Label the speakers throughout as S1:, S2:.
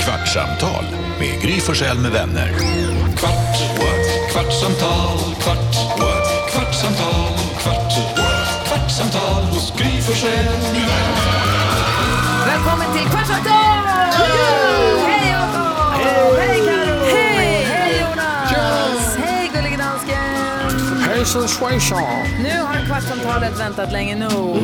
S1: Kvartsamtal med Gry Forssell med vänner. Kvart, what? kvartsamtal, kvart, what? kvartsamtal, kvart, what? kvartsamtal hos Gry Forssell med vänner.
S2: Välkommen till Kvartsamtal! Hej Jakob! Hej Karo! Hej! Hej Jonas! Hej gullige dansken!
S3: Hejsan svejsan!
S2: Nu har Kvartsamtalet väntat länge nog.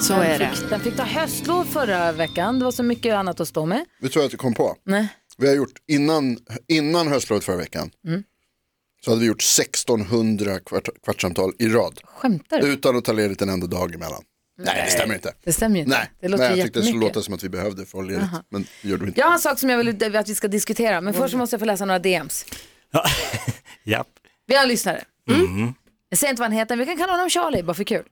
S4: Så är det.
S2: Den fick ta höstlov förra veckan. Det var så mycket annat att stå med.
S5: Vet du vad jag kom på?
S2: Nej.
S5: Vi har gjort innan, innan höstlovet förra veckan.
S2: Mm.
S5: Så hade vi gjort 1600 kvart, kvartssamtal i rad.
S2: Skämtar du?
S5: Utan att ta ledigt en enda dag emellan. Nej, det stämmer inte.
S2: Det stämmer ju inte.
S5: Nej,
S2: Det låter
S5: Nej jag tyckte det
S2: jättemycket.
S5: skulle låta som att vi behövde för ledigt. Men det gjorde vi inte.
S2: Jag har en sak som jag vill att vi ska diskutera, men först så måste jag få läsa några DMs.
S3: Japp.
S2: Vi har en lyssnare.
S5: Mm.
S2: Jag säger inte vad han heter, men vi kan kalla honom Charlie, bara för kul.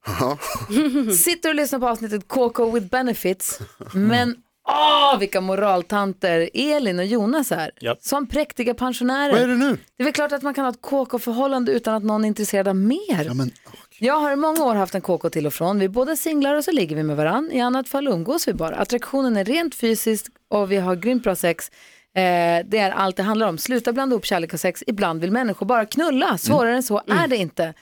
S2: Sitter och lyssnar på avsnittet KK with benefits, men åh vilka moraltanter Elin och Jonas är.
S3: Japp.
S2: Som präktiga pensionärer.
S5: Vad är det nu?
S2: Det är väl klart att man kan ha ett KK-förhållande utan att någon är intresserad av mer.
S5: Ja, men, åh,
S2: Jag har i många år haft en KK till och från. Vi är båda singlar och så ligger vi med varann. I annat fall umgås vi bara. Attraktionen är rent fysisk och vi har grymt bra sex. Eh, det är allt det handlar om. Sluta blanda ihop kärlek och sex. Ibland vill människor bara knulla. Svårare än så är det inte.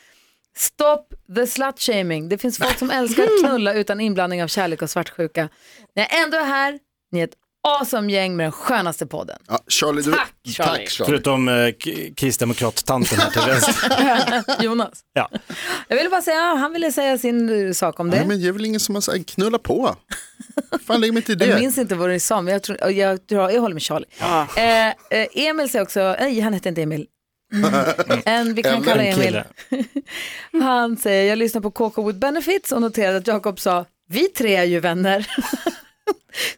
S2: Stop the slut shaming. Det finns folk som älskar att knulla utan inblandning av kärlek och svartsjuka. När jag ändå är här, ni är ett awesome gäng med den skönaste podden.
S5: ja, Charlie, du...
S2: Tack, Charlie.
S5: Tack, Charlie.
S3: Förutom eh, k- kristdemokrat-tanten här till vänster.
S2: Jonas.
S3: Ja.
S2: Jag ville bara säga, han ville säga sin eh, sak om det.
S5: Nej, men det är väl ingen som har sagt knulla på. Fan, lägg mig inte i
S2: Jag
S5: det.
S2: minns inte vad du sa, men jag, tror, jag, jag, jag, jag håller med Charlie. Eh, eh, Emil säger också, nej han hette inte Emil. Mm. En, vi kan
S5: Eller
S2: kalla
S5: en
S2: Emil.
S3: Kille.
S2: Han säger, jag lyssnar på KK with benefits och noterade att Jakob sa, vi tre är ju vänner.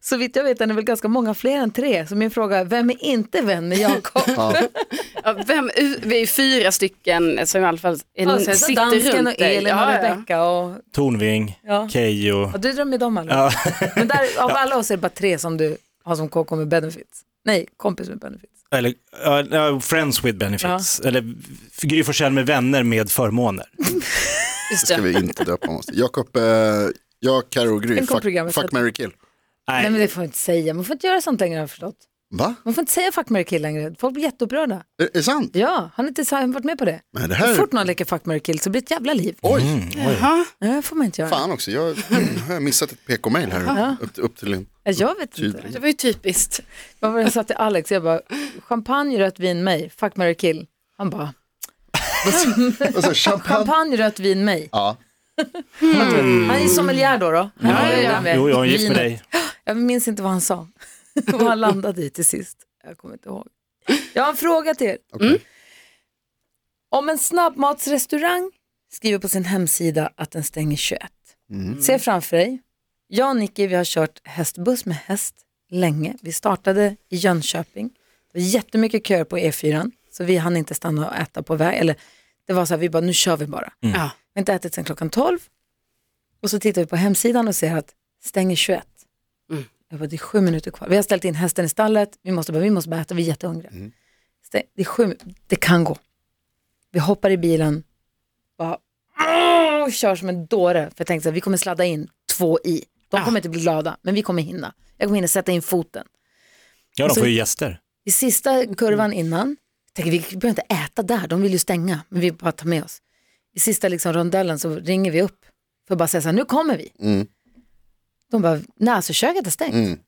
S2: Så vitt jag vet är det väl ganska många fler än tre. Så min fråga är, vem är inte vän med Jakob?
S4: Ja, vem, vi är fyra stycken som i alla fall är,
S2: Och sen så dansken och
S4: dig.
S2: Elin och
S4: Ja, ja.
S2: Rebecka och,
S3: Tornving,
S2: Ja.
S3: Keyyo.
S2: och du drömmer med dem alla.
S3: Ja.
S2: Men där, av alla oss är det bara tre som du har som KK med benefits. Nej, kompis med benefits.
S3: Eller ja, ja, Friends with benefits. Eller Gry Forssell med vänner med förmåner.
S4: Just
S5: ska
S4: det.
S5: vi inte döpa oss. Jakob, eh, jag, Karo och Gry,
S2: Tänk om
S5: fuck,
S2: programmet
S5: fuck
S2: hade-
S5: Mary kill.
S3: Nej,
S2: Nej men det får man inte säga, man får inte göra sånt längre har jag förstått.
S5: Va?
S2: Man får inte säga fuck, marry, kill längre. Folk blir jätteupprörda.
S5: Är är det sant?
S2: Ja, har ni inte sa- varit med på det?
S5: Nej,
S2: Så
S5: det här...
S2: fort någon leker fuck, marry, kill så blir det ett jävla liv.
S5: Oj.
S2: Det får man inte göra.
S5: Fan också, jag har jag missat ett PK-mail här upp, upp till en
S2: Ja, Jag vet inte.
S5: tydlig.
S4: Det var ju typiskt.
S2: Vad var det jag sa till Alex? Jag bara, champagne, rött vin, mig. Fuck, marry, kill. Han bara,
S5: Alltså, champagne.
S2: champagne, rött vin, mig.
S5: Ja.
S2: Han är sommelier då. då. Han har ju det där med
S3: Jo, jag är gift med
S2: vinet.
S3: dig.
S2: Jag minns inte vad han sa. vad han landade i till sist. Jag kommer inte ihåg. Jag har en fråga till er.
S5: Okej.
S2: Om en snabbmatsrestaurang skriver på sin hemsida att den stänger 21. Se framför dig, jag och Nicky vi har kört hästbuss med häst länge. Vi startade i Jönköping. Det var jättemycket köer på E4, så vi hann inte stanna och äta på väg. Eller det var så här, vi bara, nu kör vi bara.
S3: Mm.
S2: Vi
S4: Ja.
S2: har inte ätit sedan klockan 12. Och så tittar vi på hemsidan och ser att stänger 21. Jag bara, det är sju minuter kvar. Vi har ställt in hästen i stallet, vi måste bara, vi måste bara äta, vi är jättehungriga. Stäng, det är sju min- det kan gå. Vi hoppar i bilen, bara "Åh!" kör som en dåre. För jag tänkte att vi kommer sladda in två i. De kommer inte bli glada, men vi kommer hinna. Jag kommer hinna sätta in foten.
S3: Ja, de
S2: Alltså-
S3: får ju gäster.
S2: I sista kurvan
S5: Mm.
S2: innan, tänker vi behöver inte äta där, de vill ju stänga, men vi bara tar med oss. I sista liksom rondellen så ringer vi upp för att bara säga så här, nu kommer vi.
S5: Mm.
S2: De bara, nej alltså köket är stängt.
S5: Mm.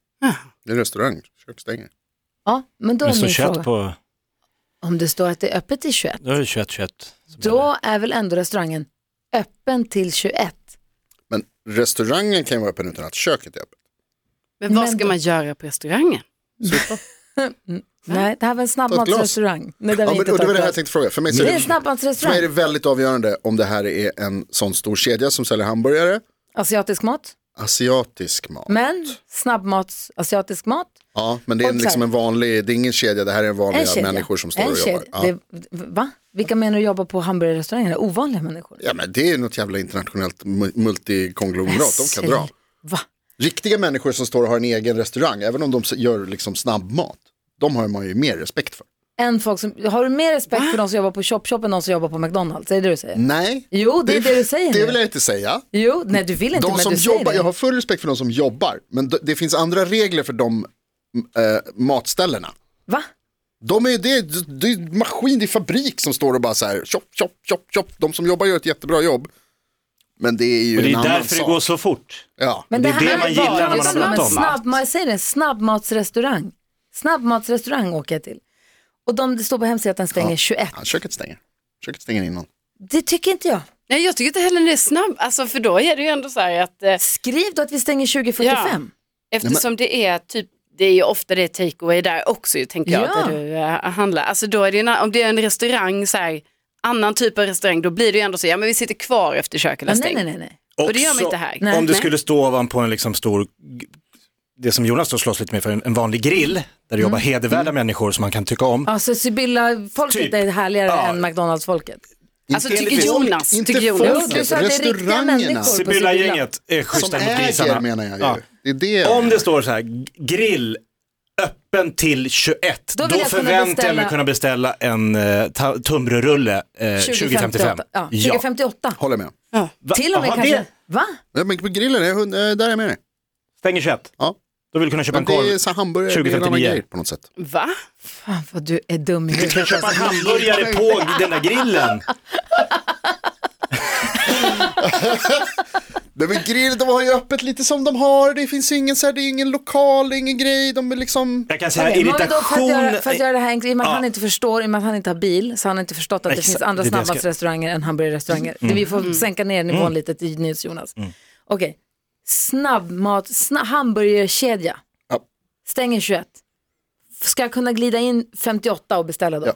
S5: Det är en restaurang, kök stänger.
S2: Ja, men då
S3: Men
S2: är
S3: så
S2: min fråga,
S3: kött på,
S2: om det står att det är öppet till 21,
S3: då är det 21, 21. som gäller.
S2: då är väl ändå restaurangen öppen till 21?
S5: Men restaurangen kan ju vara öppen utan att köket är öppet.
S4: Men vad ska
S2: Men-
S4: man göra på restaurangen?
S2: Nej, det här var en snabbmatsrestaurang. Nej, där
S5: Ja,
S2: vi
S5: men,
S2: inte
S5: och det
S2: tar
S5: var det här
S2: plats.
S5: jag tänkte fråga. För mig, så
S2: det är
S5: är
S2: en
S5: det, för mig är
S2: snabbmatsrestaurang.
S5: det väldigt avgörande om det här är en sån stor kedja som säljer hamburgare,
S2: Asiatisk mat,
S5: asiatisk mat.
S2: men snabbmats, asiatisk mat.
S5: ja, men det är
S2: och
S5: en-
S2: så
S5: liksom
S2: här-
S5: en vanlig, det är ingen kedja, det här är vanliga
S2: En kedja.
S5: människor som står
S2: en
S5: och
S2: kedja.
S5: jobbar. Ja.
S2: Det, va? Vilka menar du jobbar på hamburgerrestaurangerna? Ovanliga människor?
S5: ja, men det är något jävla internationellt mu- multikonglomerat, de kan dra.
S2: Va?
S5: Riktiga människor som står och har en egen restaurang, även om de s- gör liksom snabbmat, de har man ju mer respekt för.
S2: En folk som, har du mer respekt för de som jobbar på Chop Chop än de som jobbar på McDonalds? Är det det du säger?
S5: Mm. Nej,
S2: Jo, det är det du säger
S5: det
S2: nu.
S5: vill jag inte säga.
S2: Jo, nej du vill inte
S5: De
S2: men
S5: som
S2: du säger
S5: jobbar,
S2: det.
S5: jag har full respekt för de som jobbar, men d- det finns andra regler för de eh, matställena.
S2: Va?
S5: De är, det, är, det är maskin, det är fabrik som står och bara så här, chop, chop, chop, chop. De som jobbar gör ett jättebra jobb. Men det är ju
S3: Och det
S5: en
S3: är
S5: annan
S3: därför det
S5: sak.
S3: går så fort.
S5: Ja.
S2: Men
S3: Det
S2: det,
S3: är det
S2: här
S3: man gillar
S2: var-
S3: när man
S2: det
S4: har
S2: var
S4: pratat
S2: en
S4: om
S2: snabb, man säger det, snabbmatsrestaurang. Snabbmatsrestaurang åker jag till. Och de, det står på hemsidan att den stänger 21.
S5: Ja, köket stänger. Köket stänger innan.
S2: Det tycker inte jag.
S4: Nej, jag tycker inte heller det är snabb. Alltså, för då är det ju ändå så här att eh,
S2: Skriv då att vi stänger 2045.
S4: eftersom det är typ det är ju ofta det är takeaway där också ju, tänker jag.
S2: Ja.
S4: Där du eh, handlar. Alltså, då är det ju, en- om det är en restaurang, så här, annan typ av restaurang, då blir det ju ändå så, ja men vi sitter kvar efter köket
S2: Ja.
S4: har
S2: Nej,
S4: stängt.
S2: nej, nej. nej.
S4: Och det gör man inte här.
S2: Nej.
S3: Om du skulle stå ovanpå en liksom stor, det som Jonas då slåss lite med för, en, en vanlig grill, där det
S2: Mm.
S3: jobbar hedervärda människor som man kan tycka om.
S2: Alltså Sibylla-folket
S3: Typ.
S2: är härligare
S3: Ja.
S2: än McDonalds-folket.
S4: Alltså,
S5: Inte
S4: tycker
S5: folk-
S4: Jonas,
S5: inte
S4: tycker Jonas.
S5: folket,
S2: Jo, du sa att det är riktiga
S5: restaurangerna
S2: människor. på
S3: Sibylla-gänget är
S5: som
S3: schyssta mot
S5: äger
S3: grisarna.
S5: menar jag ju.
S3: Ja.
S5: Det är det.
S3: Om det står så här, g- grill öppen till 21,
S2: Då
S3: då,
S2: vill jag kunna
S3: förväntar jag mig
S2: beställa-
S3: kunna beställa en uh, tunnbrödsrulle eh, 2055.
S2: 2058. Ja, 2058.
S5: Håller med.
S3: Va?
S2: Till och med
S3: Jaha,
S2: kanske.
S3: det
S2: Va?
S5: Nej, Men på grillen, jag, hund- eh, där är jag med dig.
S3: Stänger 21.
S5: Ja.
S3: Då vill du kunna köpa
S5: Men
S3: en
S5: det är
S3: korv.
S5: så här hamburgare, det är en annan
S3: 2059.
S5: grej på något sätt.
S4: Va?
S2: Fan vad du är dum i
S3: Du kan
S2: huvudet.
S3: köpa en hamburgare på den där grillen.
S5: Nej, men grill, de har ju öppet lite som de har. Det finns ju ingen, så här, det är ingen lokal, det är ingen grej. De är liksom...
S3: Jag kan säga
S2: Okej, men vadå, För att,
S3: irritation.
S2: göra, för att göra det här enkelt, i och med att
S3: Ja.
S2: han inte förstår, i och med att han inte har bil, så han har inte förstått att det
S3: Exakt,
S2: finns andra
S3: det är det jag ska- Mm.
S2: snabbmatsrestauranger än hamburgerrestauranger. Det Vi får sänka ner nivån lite till nyhets Jonas. Okej, snabbmat, sna, hamburgerkedja,
S5: Ja.
S2: stänger 21. Ska jag kunna glida in 58 och beställa då?
S5: Ja.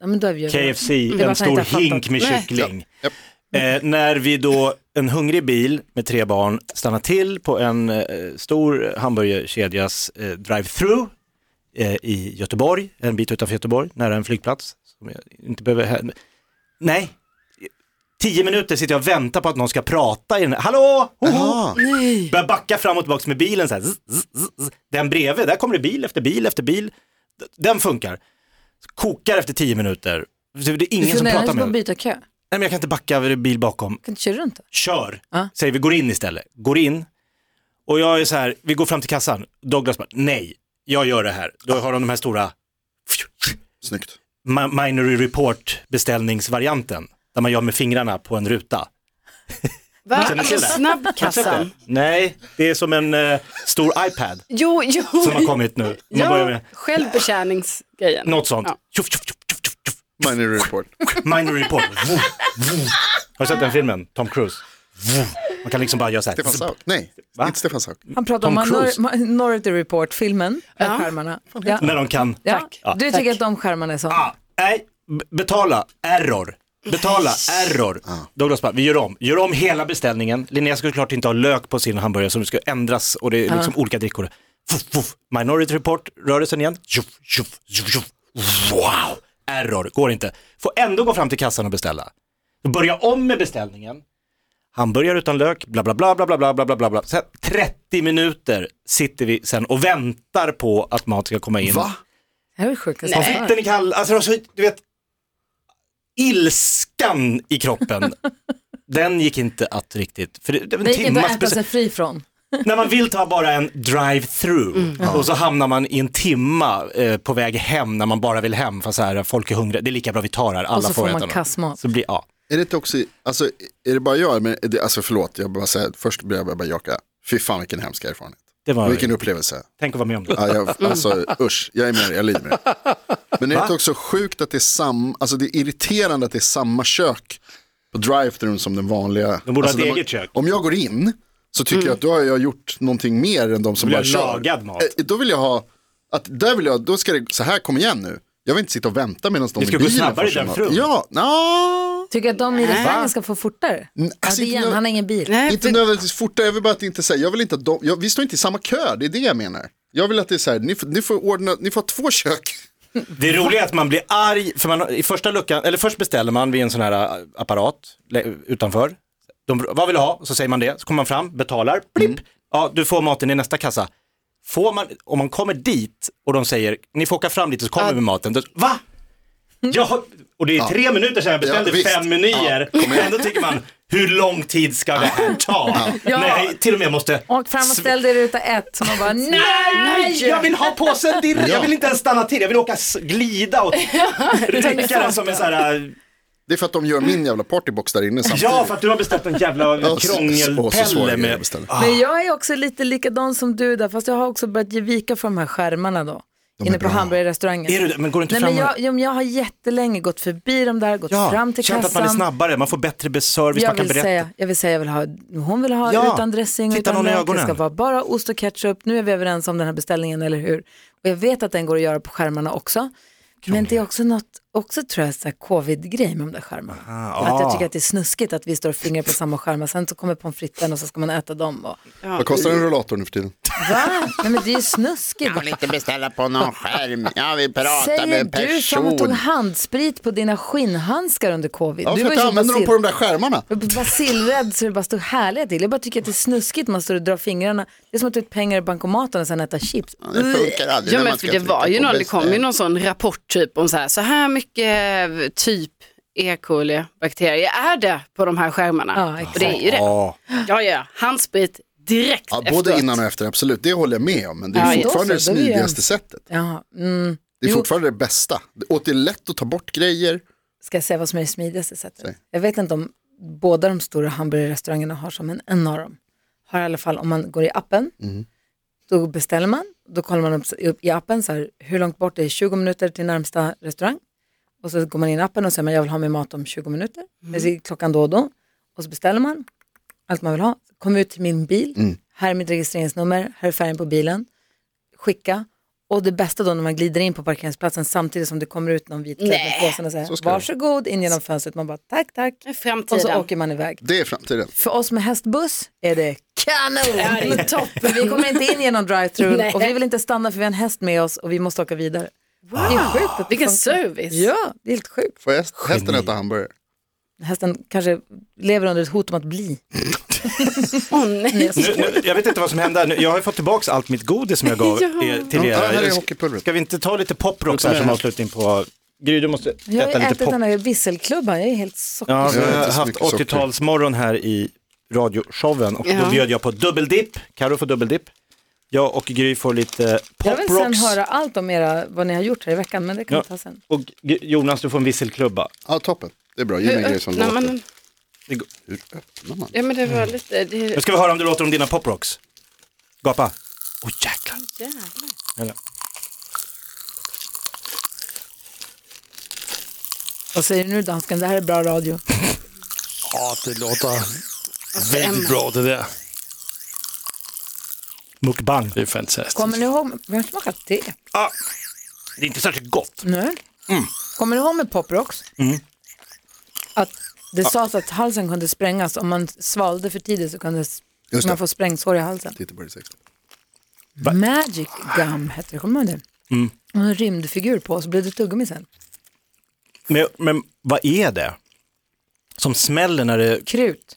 S2: Ja. men då är vi ju överens.
S3: KFC,
S2: bara
S3: en
S2: att jag inte
S3: stor
S2: har fattat.
S3: hink med
S4: Nej.
S3: kyckling.
S5: Ja.
S3: Eh, när vi då, en hungrig bil med tre barn, stannar till på en eh, stor hamburgerkedjas eh, drive-through eh, i Göteborg, en bit utanför Göteborg, nära en flygplats. Som jag inte behöver... hä- Nej, tio minuter sitter jag och väntar på att någon ska prata i den här. Hallå! Hoho!
S5: Jaha.
S3: Börjar backa fram och tillbaka med bilen så här. Zzz, zzz, zzz. Den bredvid, där kommer det bil efter bil efter bil. D- Den funkar. Kokar efter tio minuter. Det är
S2: Du
S3: ingen som
S2: funderar
S3: pratar
S2: inte på
S3: med
S2: att
S3: mig.
S2: byta kö?
S3: Nej men jag kan inte backa, det är bil bakom.
S2: Kan du inte köra runt då?
S3: Kör,
S2: Ja.
S3: säger vi, går in istället. Går in. Och jag är så här, vi går fram till kassan. Douglas bara, nej, jag gör det här. Då har de de här stora
S5: Snyggt.
S3: ma- Minority Report beställningsvarianten. Där man gör med fingrarna på en ruta.
S4: Va?
S3: Känner till det?
S4: Snabbkassan?
S3: Nej, det är som en eh, stor iPad
S4: Jo, jo.
S3: som har kommit nu. Man börjar med
S4: Ja, självbetjäningsgrejen.
S3: något sånt.
S4: Ja.
S3: Tjoff, tjoff, tjoff, tjoff, tjoff, tjoff.
S5: Minor report.
S3: Minority Report. Vuh, vuh. Har du sett den filmen? Tom Cruise. Vuh. Man kan liksom bara göra så här.
S5: Stefan Sauk. Nej,
S3: Va?
S5: inte Stefan Sauk.
S2: Han pratar om
S3: Tom Cruise.
S2: Manor- Minority Report-filmen, ja. skärmarna. Ja.
S3: När de kan.
S2: Ja.
S3: Ja.
S2: Du tycker att de skärmarna är så?
S3: Ah, nej, b- betala, error. Betala, error. Douglas bara, vi gör om. Gör om hela beställningen. Linnea ska såklart inte ha lök på sin hamburgare så det ska ändras och det är liksom olika drickor. Fuff, fuff. Minority report, rörelsen igen. Tjoff, tjoff, tjoff, tjoff. Wow, error, går inte. Får ändå gå fram till kassan och beställa. Då Börja om med beställningen. Hamburgare utan lök, bla bla bla bla bla bla bla bla bla. bla. Sen 30 minuter sitter vi sen och väntar på att mat ska komma in.
S5: Va?
S2: Det här är det sjukaste. jag hört.
S3: Konflikten är kall, alltså det var så, du vet, ilskan i kroppen, den gick inte att riktigt, för det, det var
S2: Det
S3: en
S2: gick inte att
S3: timmas
S2: äta sig
S3: beställ-
S2: fri från.
S3: När man vill ta bara en drive-through
S2: Mm,
S3: och så hamnar man i en timma eh, på väg hem när man bara vill hem, för så här, folk är hungriga, det är lika bra vi tar här, alla
S2: Och så får
S3: äta
S2: man
S3: något.
S2: kassmat.
S3: Så blir, ja.
S5: Är det inte också, alltså, är det bara jag, men, är det, alltså förlåt, jag bara säger, först blir jag bara jaka, fy fan vilken hemsk erfarenhet.
S3: Det var,
S5: Vilken upplevelse.
S3: Tänk att vara med om det.
S5: Ja, jag, alltså usch, jag är med dig, jag lider med dig. Men är det inte också sjukt att det är samma, alltså det är irriterande att det är samma kök på drive-thrun som den vanliga.
S3: De borde ha
S5: alltså,
S3: ett
S5: när man-
S3: eget kök. Mm.
S5: Om jag går in så tycker jag att då har jag gjort någonting mer än de som
S3: vill
S5: bara
S3: ha
S5: kör.
S3: lagad mat.
S5: Eh, Då vill jag ha, att där vill jag, då ska det, så här kom igen nu. Jag vill inte sitta och vänta medan de
S3: Det ska
S5: i
S3: gå
S5: bilen
S3: snabbare
S5: får
S3: i
S5: sin
S3: den
S5: mat.
S3: frun.
S5: Ja, no.
S2: Tycker att de i restaurangen ska få
S3: Mm,
S2: fortare?
S5: alltså,
S2: Alltså, igen,
S5: jag-
S2: han har ingen bil.
S4: Nej,
S5: Inte
S4: för-
S5: nödvändigtvis fortare, jag vill bara att det inte säga. Jag vill inte att de, jag, vi står inte i samma kö, det är det jag menar. Jag vill att det är så här, ni, får- ni får ordna, ni får ha två kök.
S3: Det roliga är att man blir arg, för man, har- i första luckan, eller först beställer man vid en sån här ä, apparat lä- utanför. De, vad vill du ha? Så säger man det, så kommer man fram, betalar, blipp.
S5: Mm.
S3: Ja, du får maten i nästa kassa. Får man, om man kommer dit och de säger, ni får åka fram lite så kommer vi med maten. Då, va? Ja, och det är tre minuter sedan jag beställde
S5: Mm. Ja, visst.
S3: fem menyer.
S5: Ja, kom igen.
S3: Ändå tycker man, hur lång tid ska det här ta?
S2: Ja.
S3: När jag till och med måste...
S2: Och fram och ställ dig i ruta ett. Så man bara nej!
S3: Jag vill ha påsen direkt,
S5: Ja.
S3: jag vill inte ens stanna till, jag vill åka s- glida och rycka den som en sån här...
S5: Det är för att de gör min jävla partybox där inne samtidigt.
S3: Ja, för att du har beställt en jävla
S5: Ja, så- och så svåra
S3: krångelpelle
S5: grejer
S3: med...
S5: att beställa.
S2: Men jag är också lite likadan som du där, fast jag har också börjat ge vika för de här skärmarna då. Inne på hamburgerrestaurangen.
S3: Är du det? Men går du inte
S2: Nej,
S3: fram
S2: men
S3: och-
S2: jag, jo, men jag har jättelänge gått förbi de där, gått fram till
S3: känt
S2: kassan.
S3: att man är snabbare, man får bättre service,
S2: jag
S3: man kan
S2: vill,
S3: berätta.
S2: säga, jag vill säga, jag vill ha, hon vill ha
S3: Ja,
S2: utan dressing,
S3: titta
S2: utan
S3: någon i
S2: lök, det
S3: ögonen.
S2: ska vara bara ost och ketchup. Nu är vi överens om den här beställningen, eller hur? Och jag vet att den går att göra på skärmarna också. Men det är också något, också tror jag, så här covid-grej med de där skärmarna. att jag tycker att det är snuskigt att vi står och fingrar på samma skärmar, sen så kommer pommes fritesen och så ska man äta dem. Och...
S5: Vad kostar en rullator nu för tiden?
S2: Va? Nej men det är ju snuskigt.
S6: Jag vill inte beställa på någon skärm. Jag vill prata
S2: Säger
S6: med en
S2: du som tog
S6: person.
S2: handsprit på dina skinnhandskar under covid?
S5: Ja,
S2: du
S5: för att jag
S2: så
S5: använder dem
S2: basil-
S5: på de där skärmarna.
S2: jag var Basilrädd så det bara stod härliga till. Jag bara tycker att det är snuskigt när man står och drar fingrarna. Det är som att ta ut pengar i bankomaten och sen äta chips.
S6: Det funkar aldrig.
S4: Mm. Ja
S6: när
S4: men
S6: man
S4: för
S6: ska
S4: det
S6: trycka
S4: var ju
S6: på
S4: någon, det
S6: beställ.
S4: kom ju någon sån rapport typ om så här, så här mycket eh, typ E. coli-bakterier är det på de här skärmarna.
S2: Ja, exakt.
S4: och det är ju det.
S3: Ja.
S4: Ja, ja, handsprit direkt
S5: Ja, både
S4: efteråt.
S5: innan och efter, absolut. Det håller jag med om. Men det
S4: Ja,
S5: är
S4: ja.
S5: fortfarande
S2: Då
S5: det
S2: så, då är det ju-
S5: smidigaste sättet.
S2: Ja, mm.
S5: Det är
S2: Jo.
S5: fortfarande det bästa. Och det är lätt att ta bort grejer.
S2: Ska jag säga vad som är det smidigaste sättet? Jag vet inte om båda de stora hamburgerrestaurangerna har som en, en av dem. Har i alla fall om man går i appen, då beställer man, då kollar man upp, upp i appen så här, hur långt bort det är 20 minuter till närmsta restaurang. Och så går man in i appen och säger man jag vill ha min mat om 20 minuter.
S4: Mm.
S2: Det är klockan då och då. Och så beställer man allt man vill ha. Kom ut till min bil, här är mitt registreringsnummer, här är färgen på bilen. Skicka. Och det bästa då när man glider in på parkeringsplatsen samtidigt som det kommer ut någon vit klädd med påsen och säger varsågod in genom fönstret. Man bara tack, tack.
S4: I
S2: Och så
S4: Framtiden.
S2: åker man iväg.
S5: Det är framtiden.
S2: För oss med hästbuss är det kanon.
S4: Ja, det är toppen.
S2: Vi kommer inte in genom drive-thru
S4: Nej.
S2: och vi vill inte stanna för vi har en häst med oss och vi måste åka vidare. Wow. Det är sjukt att det
S4: Vilken
S2: funkar.
S4: service.
S2: Ja, det är helt sjukt.
S5: Får häst, hästen äta hamburgare?
S2: Hästen kanske lever under ett hot om att bli.
S4: Åh, nej.
S3: Nu, nu, jag vet inte vad som hände, Nu- jag har ju fått tillbaka allt mitt godis som jag gav er, till er.
S5: Ja, här är
S3: Ska-
S5: hockeypulvret.
S3: Ska vi inte ta lite poprock så här som avslutning på... Gry, du måste
S2: Jag
S3: äta
S2: har ju
S3: lite
S2: ätit
S3: pop.
S2: den här visselklubban, jag är helt socker.
S3: Ja,
S5: Jag
S3: vi
S5: äter
S3: har
S5: så
S3: haft
S5: mycket socker.
S3: 80-talsmorgon här i radioshowen och då
S4: Ja.
S3: bjöd jag på dubbeldipp, Karo får dubbeldipp, jag och Gry får lite
S2: Jag vill sen
S3: poprocks
S2: höra allt om era, vad ni har gjort här i veckan, men det kan vi ta sen.
S3: och G- Jonas du får en visselklubba.
S5: Ja, toppen. Det är bra. Ge mig en grej som
S4: Nej,
S5: låter. Mm.
S4: men,
S3: Det går-
S5: Hur öppnar man?
S4: ja men det var lite, det,
S3: Nu ska vi höra om du låter om dina poprocks. Gapa. Åh jäklar.
S4: jävlar.
S3: Eller-
S2: Vad säger du nu dansken, det här är bra radio.
S7: Ja, det låter
S4: Emma.
S7: väldigt bra det där.
S3: Mukbang. Ah,
S7: Det är fantastiskt.
S2: Kommer ni ihåg, vem har smakat det?
S3: Det är inte särskilt gott.
S2: Nej.
S5: Mm.
S2: Kommer ni ihåg med poprocks? Att det sades att halsen kunde sprängas, om man svalde för tidigt så kunde s-
S5: Just
S2: man
S5: det.
S2: få sprängsår i halsen.
S5: Titta på det säkert.
S2: Magic gum hette det, kommer man det? Mm. En rymdfigur på så blev det tuggummi sen.
S3: Men, men vad är det? Som smäller när det,
S2: Krut,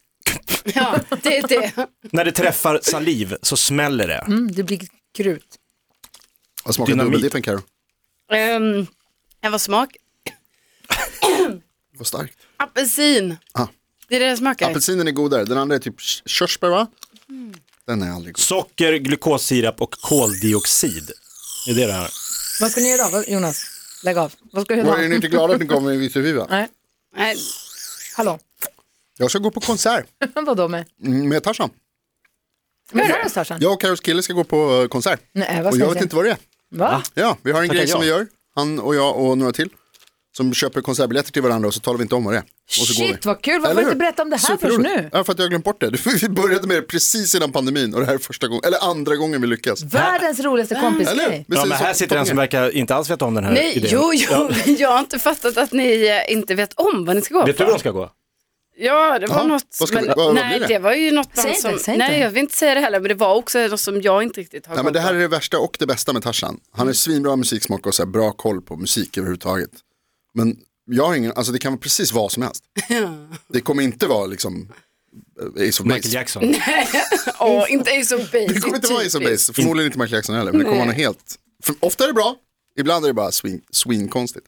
S4: Ja, det är det.
S3: när det träffar saliv så smäller det.
S2: mm, det blir krut.
S5: Vad smakar
S3: Dynamit.
S5: dubbeldippen Carro?
S4: Ehm, det var smak.
S5: Vad starkt.
S4: Apelsin.
S5: Ah.
S4: Det är det det smakar.
S5: Apelsinen är godare. Den andra är typ k- körsbär va?
S2: Mm.
S5: Den är aldrig god.
S3: Socker, glukossirap och koldioxid. Det är det det här.
S2: Vad ska ni göra idag, Jonas? Lägg av. Vad ska du
S5: Var är ni
S2: göra?
S5: inte glada att ni kommer i Viteviva?
S2: Nej,
S4: Nej,
S2: hallå.
S5: Jag ska gå på konsert
S2: Vadå med?
S5: mm, med Tarzan.
S2: Men var det Tarzan?
S5: Jag och Carros kille ska gå på eh, konsert.
S2: Nej, vad
S5: Och
S2: ska
S5: jag
S2: jag
S5: vet
S2: säga?
S5: inte vad det är.
S2: Va?
S5: Ja, vi har en
S3: Tackar
S5: grej som
S3: jag.
S5: vi gör. Han och jag och några till. Som köper konsertbiljetter till varandra och så talar vi inte om vad det är. Och så går vi.
S2: Shit vad kul, varför har du
S5: Eller
S2: inte
S5: hur?
S2: berättat om det här först
S5: Superroligt.
S2: nu?
S5: Ja, för att jag har glömt bort det. Vi började med det precis innan pandemin och det här är första gången, eller andra gången vi lyckas.
S2: Världens roligaste
S5: Ah. Eller?
S2: kompisgrej.
S5: Precis
S3: Ja, men här
S5: som-
S3: sitter en som verkar inte alls veta om den här
S4: nej
S3: idén.
S4: jo, jo, men jag har inte fattat att ni eh, inte vet om vad ni ska gå
S3: Vet
S4: på.
S3: du hur de ska gå?
S4: Ja, det var
S5: Ja,
S4: något.
S5: vad ska vi-
S4: men-
S5: vad- vad
S4: nej,
S5: blir det?
S4: det var ju något
S2: Säg
S4: band
S2: inte,
S4: som,
S2: säg inte.
S4: nej jag vill inte säga det heller, men det var också något som jag inte riktigt har
S5: Nej,
S4: koll
S5: men det här
S4: på.
S5: är det värsta och det bästa med Tarzan.
S4: Mm.
S5: Han har svinbra musiksmak och så här bra koll på musik överhuvudtaget. Men jag har ingen, alltså det kan vara precis vad som helst. Det kommer inte vara liksom eh, Ace of
S3: Michael
S5: Base.
S3: Jackson.
S4: Åh, inte Ace of Base.
S5: Det kommer inte vara Ace of Base, förmodligen inte Michael Jackson heller. Men det kommer vara något helt, för ofta är det bra, ibland är det bara swing, swing konstigt.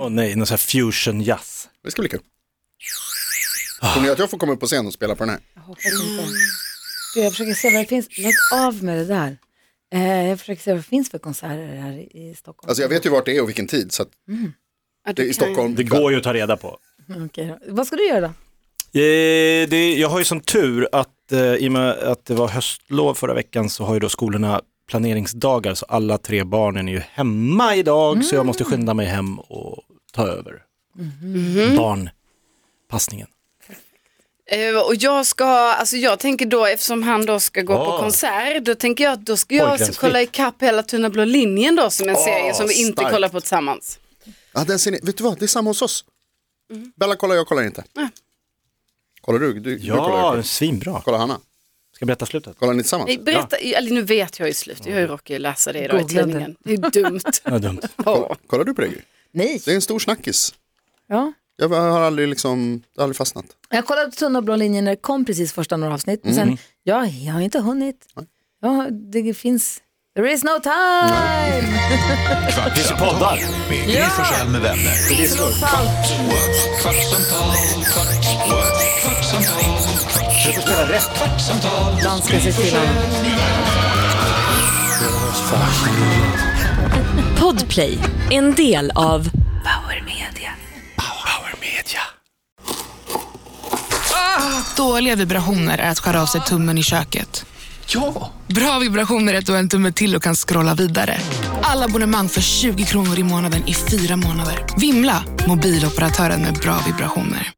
S3: Åh nej, någon sån här fusion jazz.
S5: Det ska bli kul. Tror ni att jag får komma upp på scen och spela på den här?
S2: Mm. Gud, jag försöker se vad det finns. Lägg av med det där. Eh, jag försöker se vad det finns för konserter här i- i Stockholm.
S5: Alltså jag vet ju vart det är och vilken tid. Så att
S4: Mm. Ja,
S5: det är
S4: du
S5: i
S4: kan-
S5: Stockholm.
S3: Det går ju att ta reda på.
S2: Mm, Okej då. Vad ska du göra då?
S3: Eh, det, jag har ju som tur att eh, i och med att det var höstlov förra veckan så har ju då skolorna planeringsdagar så alla tre barnen är ju hemma idag så jag måste skynda mig hem och ta över barnpassningen.
S4: Eh, Och jag ska, alltså jag tänker då, eftersom han då ska gå
S3: Ah.
S4: på konsert, då tänker jag att då ska jag
S3: Pojkvänsfritt.
S4: kolla ikapp hela Tunna blå linjen då som en serie som vi inte
S5: Ah, starkt.
S4: kollar på tillsammans.
S5: Ja, den ser ni. Vet du vad, det är samma hos oss. Bella kollar, jag kollar inte. Kollar du? Du, du kollar, jag
S3: Ja,
S5: kollar.
S3: svinbra.
S5: Kollar Hanna?
S3: Ska jag berätta slutet?
S5: Kollar ni tillsammans?
S4: Nej, berätta, eller nu vet jag ju slut, jag har ju råkat läsa det idag i
S2: Googlade.
S4: tidningen. Det är dumt.
S3: Ja, dumt.
S5: Koll- Kollar du på det Gry?
S2: Nej.
S5: Det är en stor snackis.
S2: Ja.
S5: Jag har aldrig, liksom, jag har aldrig fastnat.
S2: Jag kollade på Tunna och blå linjen när det kom precis första några avsnitt.
S5: Mm.
S2: Men sen, ja, jag har inte hunnit. Ja, det finns... There is no time!
S1: Kvartsamtal med Gry Forssell med vänner.
S2: Allt.
S1: What? Kvartsamtal, kvart, what? kvartsamtal, kvart, kvartsamtal,
S2: Dan ska se till honom.
S8: Podplay, en del av
S9: Dåliga vibrationer är att skära av sig tummen i köket. Ja! Bra vibrationer är att du har en tumme till och kan scrolla vidare. Alla abonnemang för 20 kronor i månaden i fyra månader. Vimla! Mobiloperatören med bra vibrationer.